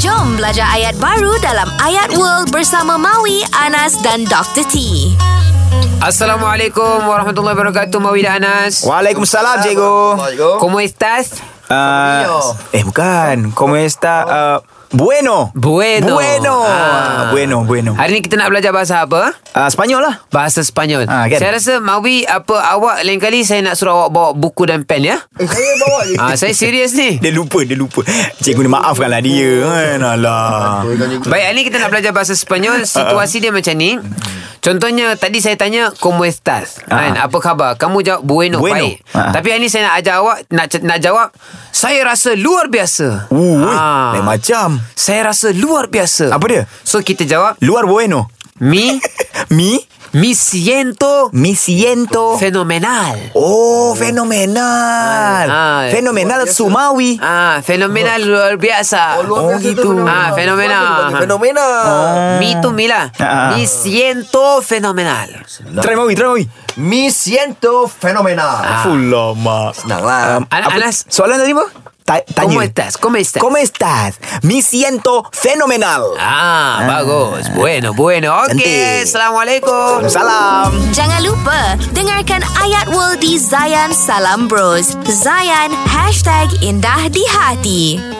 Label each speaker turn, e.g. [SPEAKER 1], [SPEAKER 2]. [SPEAKER 1] jom belajar ayat baru dalam Ayat World bersama Maui, Anas dan Dr. T.
[SPEAKER 2] Assalamualaikum warahmatullahi wabarakatuh Mawi dan Anas
[SPEAKER 3] Waalaikumsalam, cikgu.
[SPEAKER 2] ¿Cómo estás?
[SPEAKER 3] Uh, eh, bukan. ¿Cómo está? Uh,
[SPEAKER 2] Oh.
[SPEAKER 3] bueno.
[SPEAKER 2] Bueno.
[SPEAKER 3] Bueno.
[SPEAKER 2] Ah.
[SPEAKER 3] Ah. Bueno, bueno.
[SPEAKER 2] Hari ni kita nak belajar bahasa apa?
[SPEAKER 3] Uh, Sepanyol lah.
[SPEAKER 2] Bahasa Sepanyol
[SPEAKER 3] Ah, kan?
[SPEAKER 2] Saya rasa Mawi apa awak lain kali saya nak suruh awak bawa buku dan pen ya
[SPEAKER 4] Eh, saya bawa je.
[SPEAKER 2] ah, Saya serius ni
[SPEAKER 3] Dia lupa, dia lupa. Cikgu ni maafkanlah dia. Kan, alah.
[SPEAKER 2] Baik, hari ni kita nak belajar bahasa
[SPEAKER 3] Ah.
[SPEAKER 2] Sepanyol. Situasi dia macam ni. Contohnya tadi saya tanya Como estás? Kan, apa khabar? Kamu jawab bueno,
[SPEAKER 3] Ah. Bueno.
[SPEAKER 2] baik.
[SPEAKER 3] Ah.
[SPEAKER 2] Tapi hari ni saya nak ajar awak nak nak jawab saya rasa luar biasa.
[SPEAKER 3] Uh,
[SPEAKER 2] Ah.
[SPEAKER 3] Lain macam.
[SPEAKER 2] Saya rasa luar biasa.
[SPEAKER 3] Apa dia?
[SPEAKER 2] So kita jawab
[SPEAKER 3] Luar Ah, bueno.
[SPEAKER 2] mi
[SPEAKER 3] Mi.
[SPEAKER 2] mi siento
[SPEAKER 3] Mi siento.
[SPEAKER 2] fenomenal.
[SPEAKER 3] Oh, fenomenal.
[SPEAKER 2] Ah, eh.
[SPEAKER 3] Fenomenal Sumawi.
[SPEAKER 2] Ah, fenomenal luar biasa.
[SPEAKER 3] Oh, gitu.
[SPEAKER 2] Ah, fenomena.
[SPEAKER 4] Fenomena.
[SPEAKER 2] Mi tu mi lah.
[SPEAKER 3] Ah.
[SPEAKER 2] Mi siento fenomenal.
[SPEAKER 3] Try Mawi, try Mawi.
[SPEAKER 4] Mi siento fenomena.
[SPEAKER 3] Fulama.
[SPEAKER 4] Senang lah.
[SPEAKER 3] Ah,
[SPEAKER 2] Anas, Anas
[SPEAKER 3] Soalan tadi apa? Ta- tanya.
[SPEAKER 2] ¿Cómo estás? ¿Cómo estás?
[SPEAKER 3] ¿Cómo estás? Me siento fenomenal.
[SPEAKER 2] Ah, bagus. Bueno, bueno. Okey,
[SPEAKER 3] Cantik.
[SPEAKER 2] Assalamualaikum.
[SPEAKER 3] Salam.
[SPEAKER 1] Jangan lupa, dengarkan Ayat World di Zayan Salam Bros. Zayan, hashtag indah di hati.